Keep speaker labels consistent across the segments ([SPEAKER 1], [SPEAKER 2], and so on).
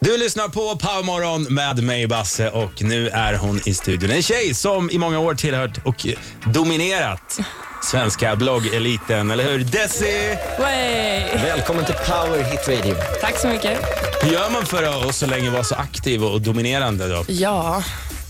[SPEAKER 1] Du lyssnar på Powermorgon med mig, Basse, och nu är hon i studion. En tjej som i många år tillhört och dominerat svenska bloggeliten, eller hur? Desi,
[SPEAKER 2] Way.
[SPEAKER 3] Välkommen till Power Hit Radio.
[SPEAKER 2] Tack så mycket.
[SPEAKER 1] hur gör man för att så länge vara så aktiv och dominerande? Då?
[SPEAKER 2] Ja,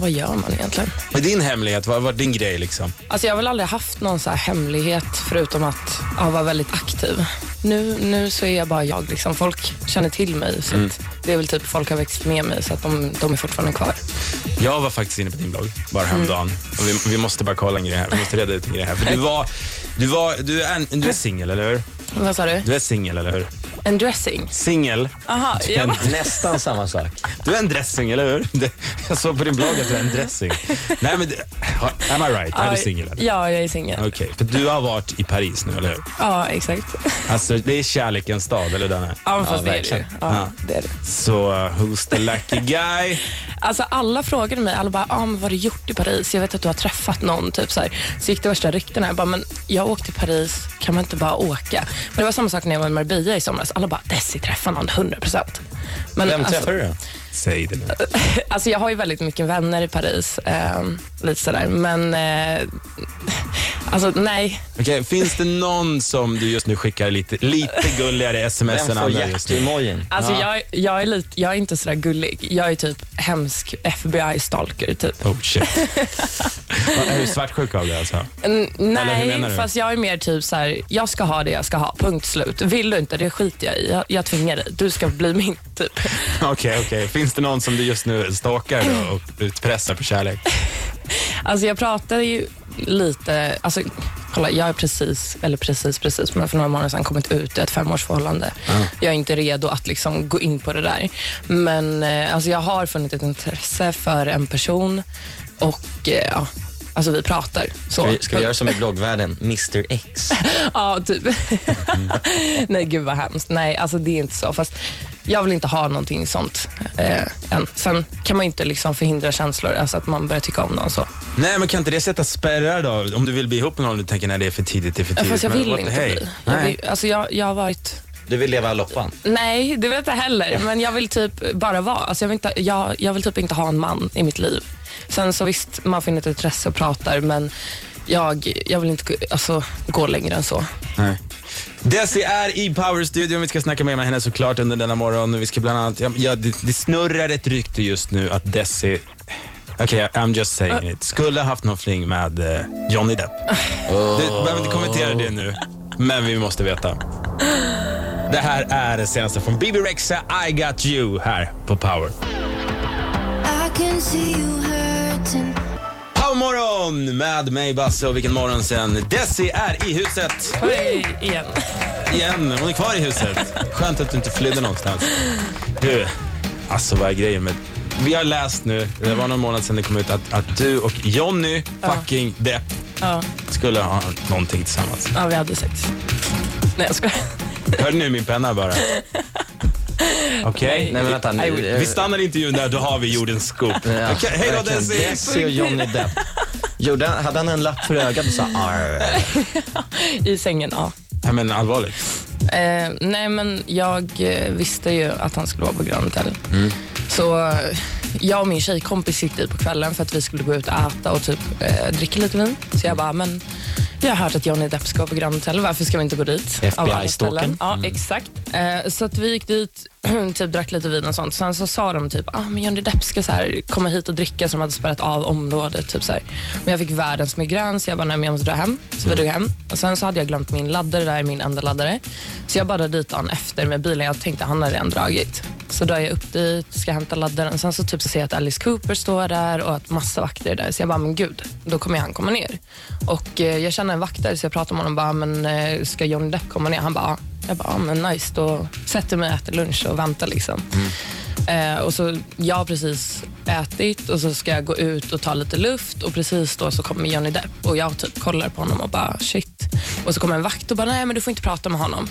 [SPEAKER 2] vad gör man egentligen?
[SPEAKER 1] Vad är din hemlighet? Vad har varit din grej? liksom?
[SPEAKER 2] Alltså jag har väl aldrig haft någon så här hemlighet förutom att ja, vara väldigt aktiv. Nu, nu så är jag bara jag. Liksom. Folk känner till mig. Så att
[SPEAKER 1] Mm.
[SPEAKER 2] det är väl typ folk har växt med mig så att de, de är fortfarande kvar.
[SPEAKER 1] Jag var faktiskt inne på din blogg bara häromdagen. Och vi, vi måste bara kolla en grej här. Vi måste reda ut en grej här. För du, var, du, var, du är, du är singel, eller hur?
[SPEAKER 2] Vad sa du?
[SPEAKER 1] Du är singel, eller hur?
[SPEAKER 2] En dressing?
[SPEAKER 1] Singel.
[SPEAKER 2] Aha,
[SPEAKER 1] Du är en-
[SPEAKER 3] Nästan samma sak.
[SPEAKER 1] Du är en dressing, eller hur? Det- Jag såg på din blogg att du är en dressing. Nej, men det- am I right? Är du singel? eller?
[SPEAKER 2] Ja, jag är singel.
[SPEAKER 1] Okej, för du har varit i Paris nu, eller hur?
[SPEAKER 2] Ja, exakt.
[SPEAKER 1] Alltså, det är kärlekens stad, eller den här.
[SPEAKER 2] Ja, fast det är det ju.
[SPEAKER 3] verkligen.
[SPEAKER 2] Ja, det är det.
[SPEAKER 1] Så, uh, who's the lucky guy?
[SPEAKER 2] Alltså alla frågade mig, alla bara, ah, men vad har du gjort i Paris? Jag vet att du har träffat någon. Typ, så, här. så gick det värsta ryktena. Jag bara, men jag åkte till Paris, kan man inte bara åka? Men det var samma sak när jag var i Marbella i somras. Alla bara, Desi träffar någon, 100 procent.
[SPEAKER 3] Vem träffar du då?
[SPEAKER 1] Säg det nu.
[SPEAKER 2] Alltså jag har ju väldigt mycket vänner i Paris, eh, lite sådär. Men eh, alltså nej,
[SPEAKER 1] Okej, finns det någon som du just nu skickar lite, lite gulligare
[SPEAKER 3] Vem
[SPEAKER 1] sms än
[SPEAKER 3] får
[SPEAKER 1] andra just nu?
[SPEAKER 3] hjärt-emojin?
[SPEAKER 2] alltså jag, jag, är lite, jag är inte sådär gullig. Jag är typ hemsk FBI-stalker typ.
[SPEAKER 1] Oh shit. Vad, är du svartsjuk av det alltså?
[SPEAKER 2] N-
[SPEAKER 1] Eller hur menar
[SPEAKER 2] Nej,
[SPEAKER 1] du?
[SPEAKER 2] fast jag är mer typ så här, jag ska ha det jag ska ha, punkt slut. Vill du inte, det skiter jag i. Jag, jag tvingar dig. Du ska bli min, typ.
[SPEAKER 1] Okej, okej. Finns det någon som du just nu stalkar då och utpressar på kärlek?
[SPEAKER 2] Alltså jag pratade ju lite, alltså kolla, jag är precis, eller precis, precis, men för några månader sedan kommit ut i ett femårsförhållande. Jag är inte redo att liksom gå in på det där. Men eh, alltså jag har funnit ett intresse för en person och eh, ja, alltså vi pratar. Så.
[SPEAKER 3] Ska vi, ska vi göra som i bloggvärlden, Mr X?
[SPEAKER 2] Ja, typ. Nej, gud vad hemskt. Nej, alltså det är inte så. Fast jag vill inte ha någonting sånt eh, än. Sen kan man ju inte liksom förhindra känslor, alltså att man börjar tycka om någon så.
[SPEAKER 1] Nej, men kan inte det sätta spärrar då? Om du vill bli ihop med någon du tänker nej det är för tidigt, det är för tidigt.
[SPEAKER 2] Fast jag
[SPEAKER 1] Men
[SPEAKER 2] vill
[SPEAKER 1] what the
[SPEAKER 2] inte
[SPEAKER 1] hey?
[SPEAKER 2] bli. Jag,
[SPEAKER 1] Nej.
[SPEAKER 2] vill, alltså jag, jag har varit...
[SPEAKER 3] Du vill leva loppan?
[SPEAKER 2] Nej, det vet jag inte heller. Men jag vill typ bara vara. Alltså jag, vill inte, jag, jag vill typ inte ha en man i mitt liv. Sen så visst, man finner ett intresse och pratar, men jag, jag vill inte gå- alltså, gå längre än så.
[SPEAKER 1] Nej. Desi är i Power-studion. Vi ska snacka mer med henne såklart under denna morgon. Vi ska bland annat, ja, ja, det, det snurrar ett rykte just nu att Desi, okej I'm just saying it, skulle ha haft någon fling med eh, Johnny Depp. Du behöver inte kommentera det nu, men vi måste veta. Det här är det senaste från Bibi Rexa, I got you, här på Power.
[SPEAKER 4] I can see you hurting.
[SPEAKER 1] Powermorgon med mig Basse och vilken morgon sen. Desi är i huset.
[SPEAKER 2] Oj, igen.
[SPEAKER 1] igen. Hon är kvar i huset. Skönt att du inte flydde någonstans. Du, alltså vad är grejen med... Vi har läst nu, det var någon månad sedan det kom ut, att, att du och Jonny fucking Depp
[SPEAKER 2] Ja,
[SPEAKER 1] skulle ha någonting tillsammans.
[SPEAKER 2] ja, vi hade sex. Nej, jag skojar.
[SPEAKER 1] Hör nu min penna bara. Okej?
[SPEAKER 3] Nej men vänta
[SPEAKER 2] I
[SPEAKER 3] nu.
[SPEAKER 2] would-
[SPEAKER 3] eh,
[SPEAKER 1] Vi stannar intervjun där, då har vi jordens scoop.
[SPEAKER 3] ja,
[SPEAKER 1] Okej, hej då
[SPEAKER 3] verkligen.
[SPEAKER 1] Desi!
[SPEAKER 3] Desi och Johnny Depp. Gjorde, han- hade han en lapp för ögat och sa arr?
[SPEAKER 2] I sängen, ja.
[SPEAKER 1] Nej men allvarligt.
[SPEAKER 2] Eh, nej, men jag eh, visste ju att han skulle vara på Grand Hotel. Så eh, jag och min tjejkompis gick dit på kvällen för att vi skulle gå ut och äta och typ eh, dricka lite vin. Så jag bara, "Ah, men jag har hört att Johnny Depp ska vara på Grand Hotel. Varför ska vi inte gå dit?
[SPEAKER 3] FBI
[SPEAKER 2] Av alla ställen.
[SPEAKER 3] stalkern.
[SPEAKER 2] Ja, exakt. Eh, så att vi gick dit, typ drack lite vin och sånt. Sen så sa de typ, ah, men Johnny Depp ska så här, komma hit och dricka, så de hade spärrat av området. Typ så här. Men jag fick världens migrän, så jag bara, nej men jag måste dra hem. Så vi drog hem. Och sen så hade jag glömt min laddare, där är min enda laddare. Så jag bara drar dit dagen efter med bilen. Jag tänkte, han har redan dragit. Så drar jag upp dit, ska hämta laddaren. Sen så typ så ser jag att Alice Cooper står där och att massa vakter är där. Så jag bara, men gud, då kommer han komma ner. Och eh, jag känner en vakt där, så jag pratar med honom bara, men eh, ska Johnny Depp komma ner? Han bara, "Ja." Jag bara, ah, men nice, då sätter jag mig och äter lunch och väntar liksom. Eh, och så, jag har precis ätit och så ska jag gå ut och ta lite luft och precis då så kommer Johnny Depp och jag typ kollar på honom och bara shit. Och så kommer en vakt och bara, nej men du får inte prata med honom.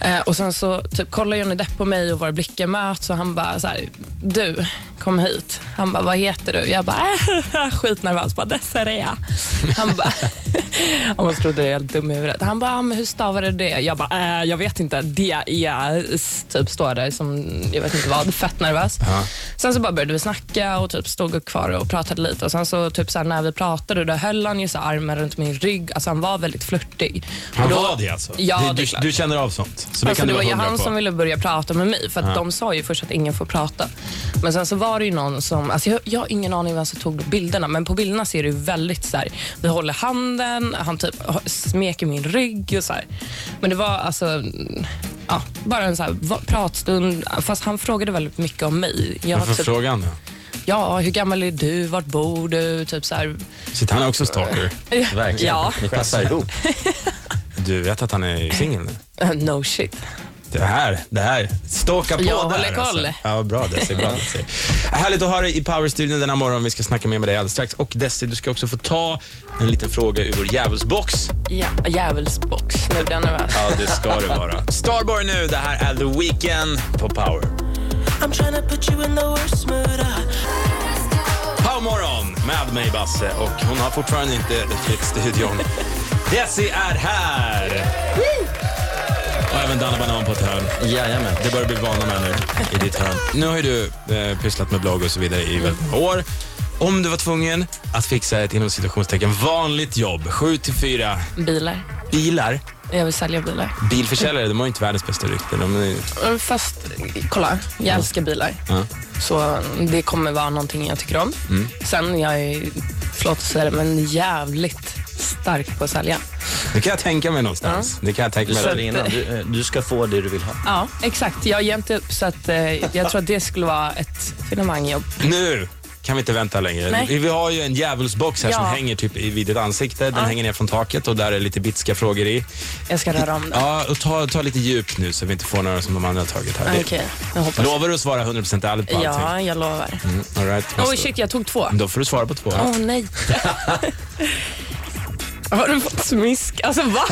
[SPEAKER 2] Eh, och sen så typ, kollar Johnny Depp på mig och våra blickar möts och han bara så här, du kom hit. Han bara, vad heter du? Jag bara, äh, skitnervös, bara, Desirée. Han bara, och man trodde jag var helt dum i huvudet. Han bara, "Ah, men hur stavar du det? Jag bara, äh, jag vet inte. D-E-S, typ står där som, jag vet inte vad, fett nervös. Sen så bara började vi snacka och typ stod kvar och pratade lite och sen så typ så här, när vi pratade då höll han ju så här armen runt min rygg. Alltså han var väldigt flörtig.
[SPEAKER 1] Han
[SPEAKER 2] Och då-
[SPEAKER 1] var det alltså?
[SPEAKER 2] Ja,
[SPEAKER 1] Du-
[SPEAKER 2] det är
[SPEAKER 1] du,
[SPEAKER 2] klart.
[SPEAKER 1] du känner av sånt? Så det
[SPEAKER 2] Alltså
[SPEAKER 1] kan
[SPEAKER 2] det
[SPEAKER 1] du
[SPEAKER 2] var
[SPEAKER 1] vara
[SPEAKER 2] ju
[SPEAKER 1] hundra
[SPEAKER 2] han
[SPEAKER 1] på.
[SPEAKER 2] som ville börja prata med mig för att
[SPEAKER 1] Ja.
[SPEAKER 2] de sa ju först att ingen får prata. Men sen så var det ju någon som, alltså jag, jag har ingen aning vem som tog bilderna men på bilderna ser det ju väldigt så här, vi håller handen, han typ h- smeker min rygg och så här. Men det var alltså, mm, ja, bara en så här va- pratstund fast han frågade väldigt mycket om mig. Jag
[SPEAKER 1] Varför
[SPEAKER 2] typ,
[SPEAKER 1] frågar han då?
[SPEAKER 2] ja, hur gammal är du, vart bor du, typ så här.
[SPEAKER 1] Shit, han är också stalker.
[SPEAKER 3] Verkligen.
[SPEAKER 2] Ja,
[SPEAKER 3] Ni passar ihop.
[SPEAKER 1] Du vet att han är singel nu?
[SPEAKER 2] no shit.
[SPEAKER 1] Det här, det här. Ståka på
[SPEAKER 2] Jag
[SPEAKER 1] där.
[SPEAKER 2] håller koll.
[SPEAKER 1] Alltså. Ja, bra Desi. Bra, Desi. Härligt att ha dig i Powerstudion denna morgon. Vi ska snacka mer med dig alldeles strax. Och Desi, du ska också få ta en liten fråga ur vår djävulsbox.
[SPEAKER 2] Ja, djävulsbox, nu blir jag nervös.
[SPEAKER 1] Ja, det ska det vara. Starboy nu. Det här är The Weeknd på Power.
[SPEAKER 5] I'm trying to put you in the worst mood. uh. I-
[SPEAKER 1] Powermorgon med mig, Basse. Och hon har fortfarande inte flytt studion. Desi är här! Och även Danne Banan på ett hörn.
[SPEAKER 3] Jajamän.
[SPEAKER 1] Det börjar bli vana med nu i ditt hörn. Nu har ju du eh, pysslat med blogg och så vidare i väldigt många år. Om du var tvungen att fixa ett inom citationstecken vanligt jobb, 7 till 4
[SPEAKER 2] Bilar,
[SPEAKER 1] bilar,
[SPEAKER 2] jag vill sälja bilar.
[SPEAKER 1] bilförsäljare, de har ju inte världens bästa rykte. De är,
[SPEAKER 2] Mm, Fast kolla, jag älskar bilar.
[SPEAKER 1] ja.
[SPEAKER 2] Så mm, det kommer vara någonting jag tycker om. Sen jag är, förlåt att säga det, men jävligt stark på att sälja.
[SPEAKER 1] Det kan jag tänka mig någonstans. Det kan jag tänka
[SPEAKER 3] Du
[SPEAKER 1] mig.
[SPEAKER 3] sa det innan. Du, eh, du ska få det du vill ha.
[SPEAKER 2] Ja, exakt. Jag har gett upp så att eh, jag tror att det skulle vara ett finemangjobb.
[SPEAKER 1] Nu kan vi inte vänta längre.
[SPEAKER 2] Nej.
[SPEAKER 1] Vi har ju en djävulsbox här
[SPEAKER 2] Ja.
[SPEAKER 1] som hänger typ i- vid ditt ansikte. Den
[SPEAKER 2] Ja.
[SPEAKER 1] hänger ner från taket och där är lite bitska frågor i.
[SPEAKER 2] Jag ska röra om det.
[SPEAKER 1] Ja, och ta, ta lite djup nu så vi inte får några som de andra har tagit här.
[SPEAKER 2] Ah, Okej,
[SPEAKER 1] Det-
[SPEAKER 2] jag hoppas.
[SPEAKER 1] Lovar du att svara 100% ärligt på allting?
[SPEAKER 2] Ja, jag lovar.
[SPEAKER 1] Mm, all right.
[SPEAKER 2] Oj,
[SPEAKER 1] Måste-
[SPEAKER 2] shit, jag tog två.
[SPEAKER 1] Då får du svara på två.
[SPEAKER 2] Åh, nej. har du fått smisk? Alltså, va?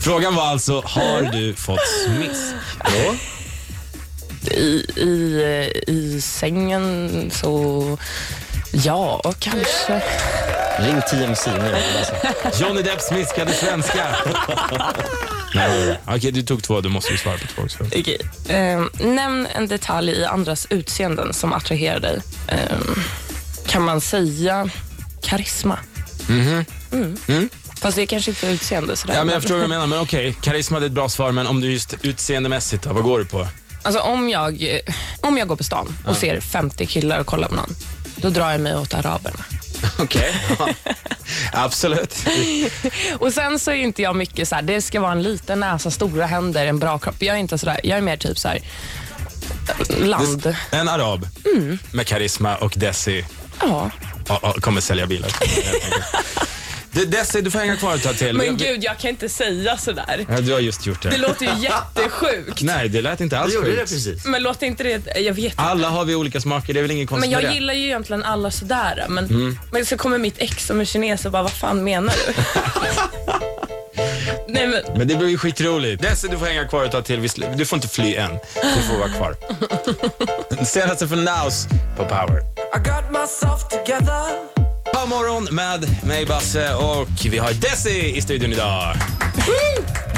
[SPEAKER 1] Frågan var alltså, har du fått smisk? Ja.
[SPEAKER 2] I, i, I sängen så... Ja, och kanske.
[SPEAKER 3] Ring TMC nu. Alltså.
[SPEAKER 1] Johnny Depp smiskade svenska. Nej. Okej, du tog två. Du måste ju svara på två också.
[SPEAKER 2] Okej. Ehm, nämn en detalj i andras utseenden som attraherar dig. Ehm, kan man säga karisma? Mm. Fast det är kanske inte utseende. Sådär.
[SPEAKER 1] Mm-hmm. Ja, men jag förstår vad du menar, men okej. Karisma det är ett bra svar, men om du just utseendemässigt då, vad går du på?
[SPEAKER 2] Alltså, om, jag, eh, om jag går på stan och ser 50 killar och kollar på någon, då drar jag mig åt araberna.
[SPEAKER 1] Okej. Absolut.
[SPEAKER 2] Och Sen så är ju inte jag mycket så här, det ska vara en liten näsa, stora händer, en bra kropp. Jag är inte sådär, jag är mer typ så här, eh, land.
[SPEAKER 1] En arab
[SPEAKER 2] Mm.
[SPEAKER 1] med karisma och Desi
[SPEAKER 2] Ja.
[SPEAKER 1] ja, ja, kommer sälja bilar. Du, Desi, du får hänga kvar ett tag till.
[SPEAKER 2] Men gud, jag kan inte säga sådär.
[SPEAKER 1] Ja, du har just gjort
[SPEAKER 2] Det låter ju jättesjukt.
[SPEAKER 1] Nej, det lät inte alls
[SPEAKER 3] Du gjorde det
[SPEAKER 1] sjukt.
[SPEAKER 3] precis.
[SPEAKER 2] Men låter inte det... Jag vet inte.
[SPEAKER 1] Alla har vi olika smaker, det är väl ingen konst
[SPEAKER 2] Men jag
[SPEAKER 1] med Alltså, det.
[SPEAKER 2] gillar ju egentligen alla sådär. Men, men så kommer mitt ex som är kines och bara, vad fan menar du? Nej men,
[SPEAKER 1] Men det blir ju skitroligt. Desi, du får hänga kvar ett tag till. Vi sl- Du får inte fly än. Du får vara kvar. Senaste från Naus på Power.
[SPEAKER 5] I got myself together.
[SPEAKER 1] God morgon med mig, Basse, och vi har Desi i studion idag.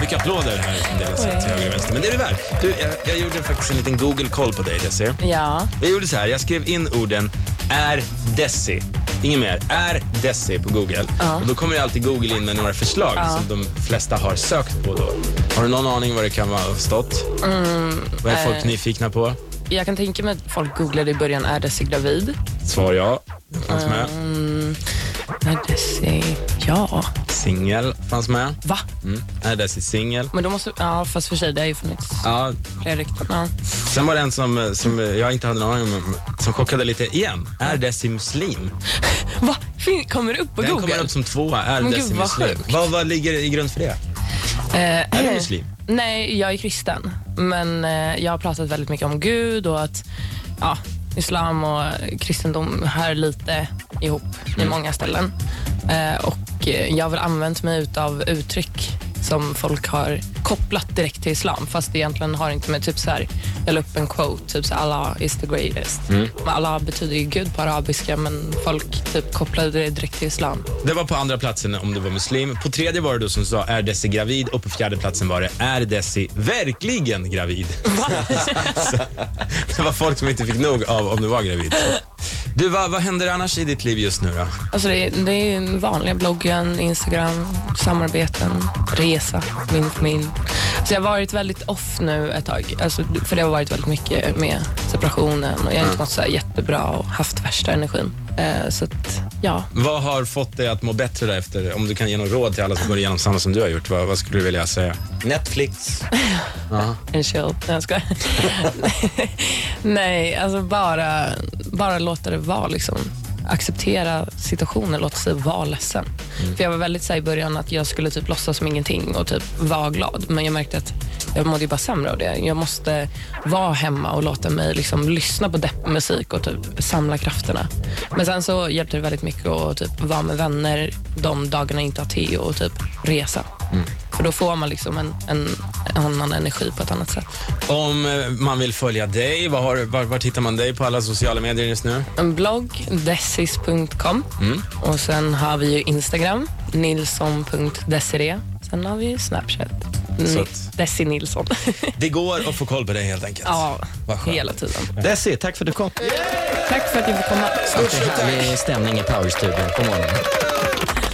[SPEAKER 1] Mycket applåder här som delas ut till höger och vänster, men det är det värt. Du, jag, jag gjorde faktiskt en liten Google-koll på dig, Desi.
[SPEAKER 2] ja.
[SPEAKER 1] Jag gjorde så här, jag skrev in orden är Desi. Inget mer. Är Desi på Google.
[SPEAKER 2] Ja.
[SPEAKER 1] Och då kommer ju alltid Google in med några förslag
[SPEAKER 2] Ja.
[SPEAKER 1] som de flesta har sökt på då. Har du någon aning vad det kan vara stått? vad är folk
[SPEAKER 2] eh.
[SPEAKER 1] nyfikna på?
[SPEAKER 2] Jag kan tänka mig att folk googlade i början, är Desi gravid?
[SPEAKER 1] Svar ja. Det fanns med.
[SPEAKER 2] Mm. Är Desi... Ja.
[SPEAKER 1] Singel fanns med.
[SPEAKER 2] Va?
[SPEAKER 1] Mm. Är Desi singel?
[SPEAKER 2] Men då måste... Ja, fast för sig, det har ju funnits
[SPEAKER 1] Ja.
[SPEAKER 2] flera rykten. Ja.
[SPEAKER 1] Sen var det en som, eh, som eh, jag inte hade någon aning om, som chockade lite igen. Är Desi muslim?
[SPEAKER 2] Va? Fin- Kommer det upp på
[SPEAKER 1] Den
[SPEAKER 2] Google?
[SPEAKER 1] kommer upp som tvåa. Är
[SPEAKER 2] Men
[SPEAKER 1] Desi
[SPEAKER 2] gud, vad
[SPEAKER 1] muslim?
[SPEAKER 2] sjukt.
[SPEAKER 1] Vad, vad ligger i grund för det?
[SPEAKER 2] Eh,
[SPEAKER 1] Är du muslim?
[SPEAKER 2] Nej, jag är kristen. Men eh, jag har pratat väldigt mycket om Gud och att ja, islam och kristendom hör lite ihop i många ställen. Eh, och eh, jag har väl använt mig av uttryck som folk har kopplat direkt till islam fast det egentligen har inte med typ så här, jag la upp en quote, typ så här, Allah is the greatest. Men Allah betyder ju Gud på arabiska men folk typ kopplade det direkt till islam.
[SPEAKER 1] Det var på andra platsen om du var muslim. På tredje var det då som sa, är Desi gravid? Och på fjärde platsen var det, är Desi verkligen gravid? Så, det var folk som inte fick nog av om du var gravid. Du, vad, vad händer annars i ditt liv just nu då?
[SPEAKER 2] Alltså det, är- det är ju vanliga bloggen, Instagram, samarbeten, resa, min familj. Så jag har varit väldigt off nu ett tag. Alltså, för det har varit väldigt mycket med separationen och jag har inte mått så här jättebra och haft värsta energin. Eh, så att, ja.
[SPEAKER 1] Vad har fått dig att må bättre därefter? Om du kan ge något råd till alla som går igenom samma som du har gjort, vad, vad skulle du vilja säga?
[SPEAKER 3] Netflix.
[SPEAKER 2] En chill. Nej, jag skojar. Nej, alltså bara, bara låta det vara. Liksom. Acceptera situationen, låta sig vara ledsen. För jag var väldigt så här, i början att jag skulle typ låtsas som ingenting och typ vara glad. Men jag märkte att jag mådde ju bara sämre av det. Jag måste vara hemma och låta mig liksom lyssna på deppmusik och typ samla krafterna. Men sen så hjälpte det väldigt mycket att typ vara med vänner de dagarna jag inte har Theo och typ resa. För då får man liksom en, en, annan energi på ett annat sätt.
[SPEAKER 1] Om eh, man vill följa dig, vad har, var, var hittar man dig på alla sociala medier just nu?
[SPEAKER 2] En blogg, desis.com.
[SPEAKER 1] Mm.
[SPEAKER 2] Och sen har vi ju Instagram, nilsson.desiree. Sen har vi ju Snapchat,
[SPEAKER 1] Så
[SPEAKER 2] Ni-
[SPEAKER 1] att-
[SPEAKER 2] Desi Nilsson.
[SPEAKER 1] Det går att få koll på dig helt enkelt.
[SPEAKER 2] ja,
[SPEAKER 1] Vad skönt.
[SPEAKER 2] hela tiden.
[SPEAKER 3] Desi, tack för att du kom.
[SPEAKER 2] Tack för att jag fick komma.
[SPEAKER 3] Stort härlig stämning i Powerstudion. God morgon.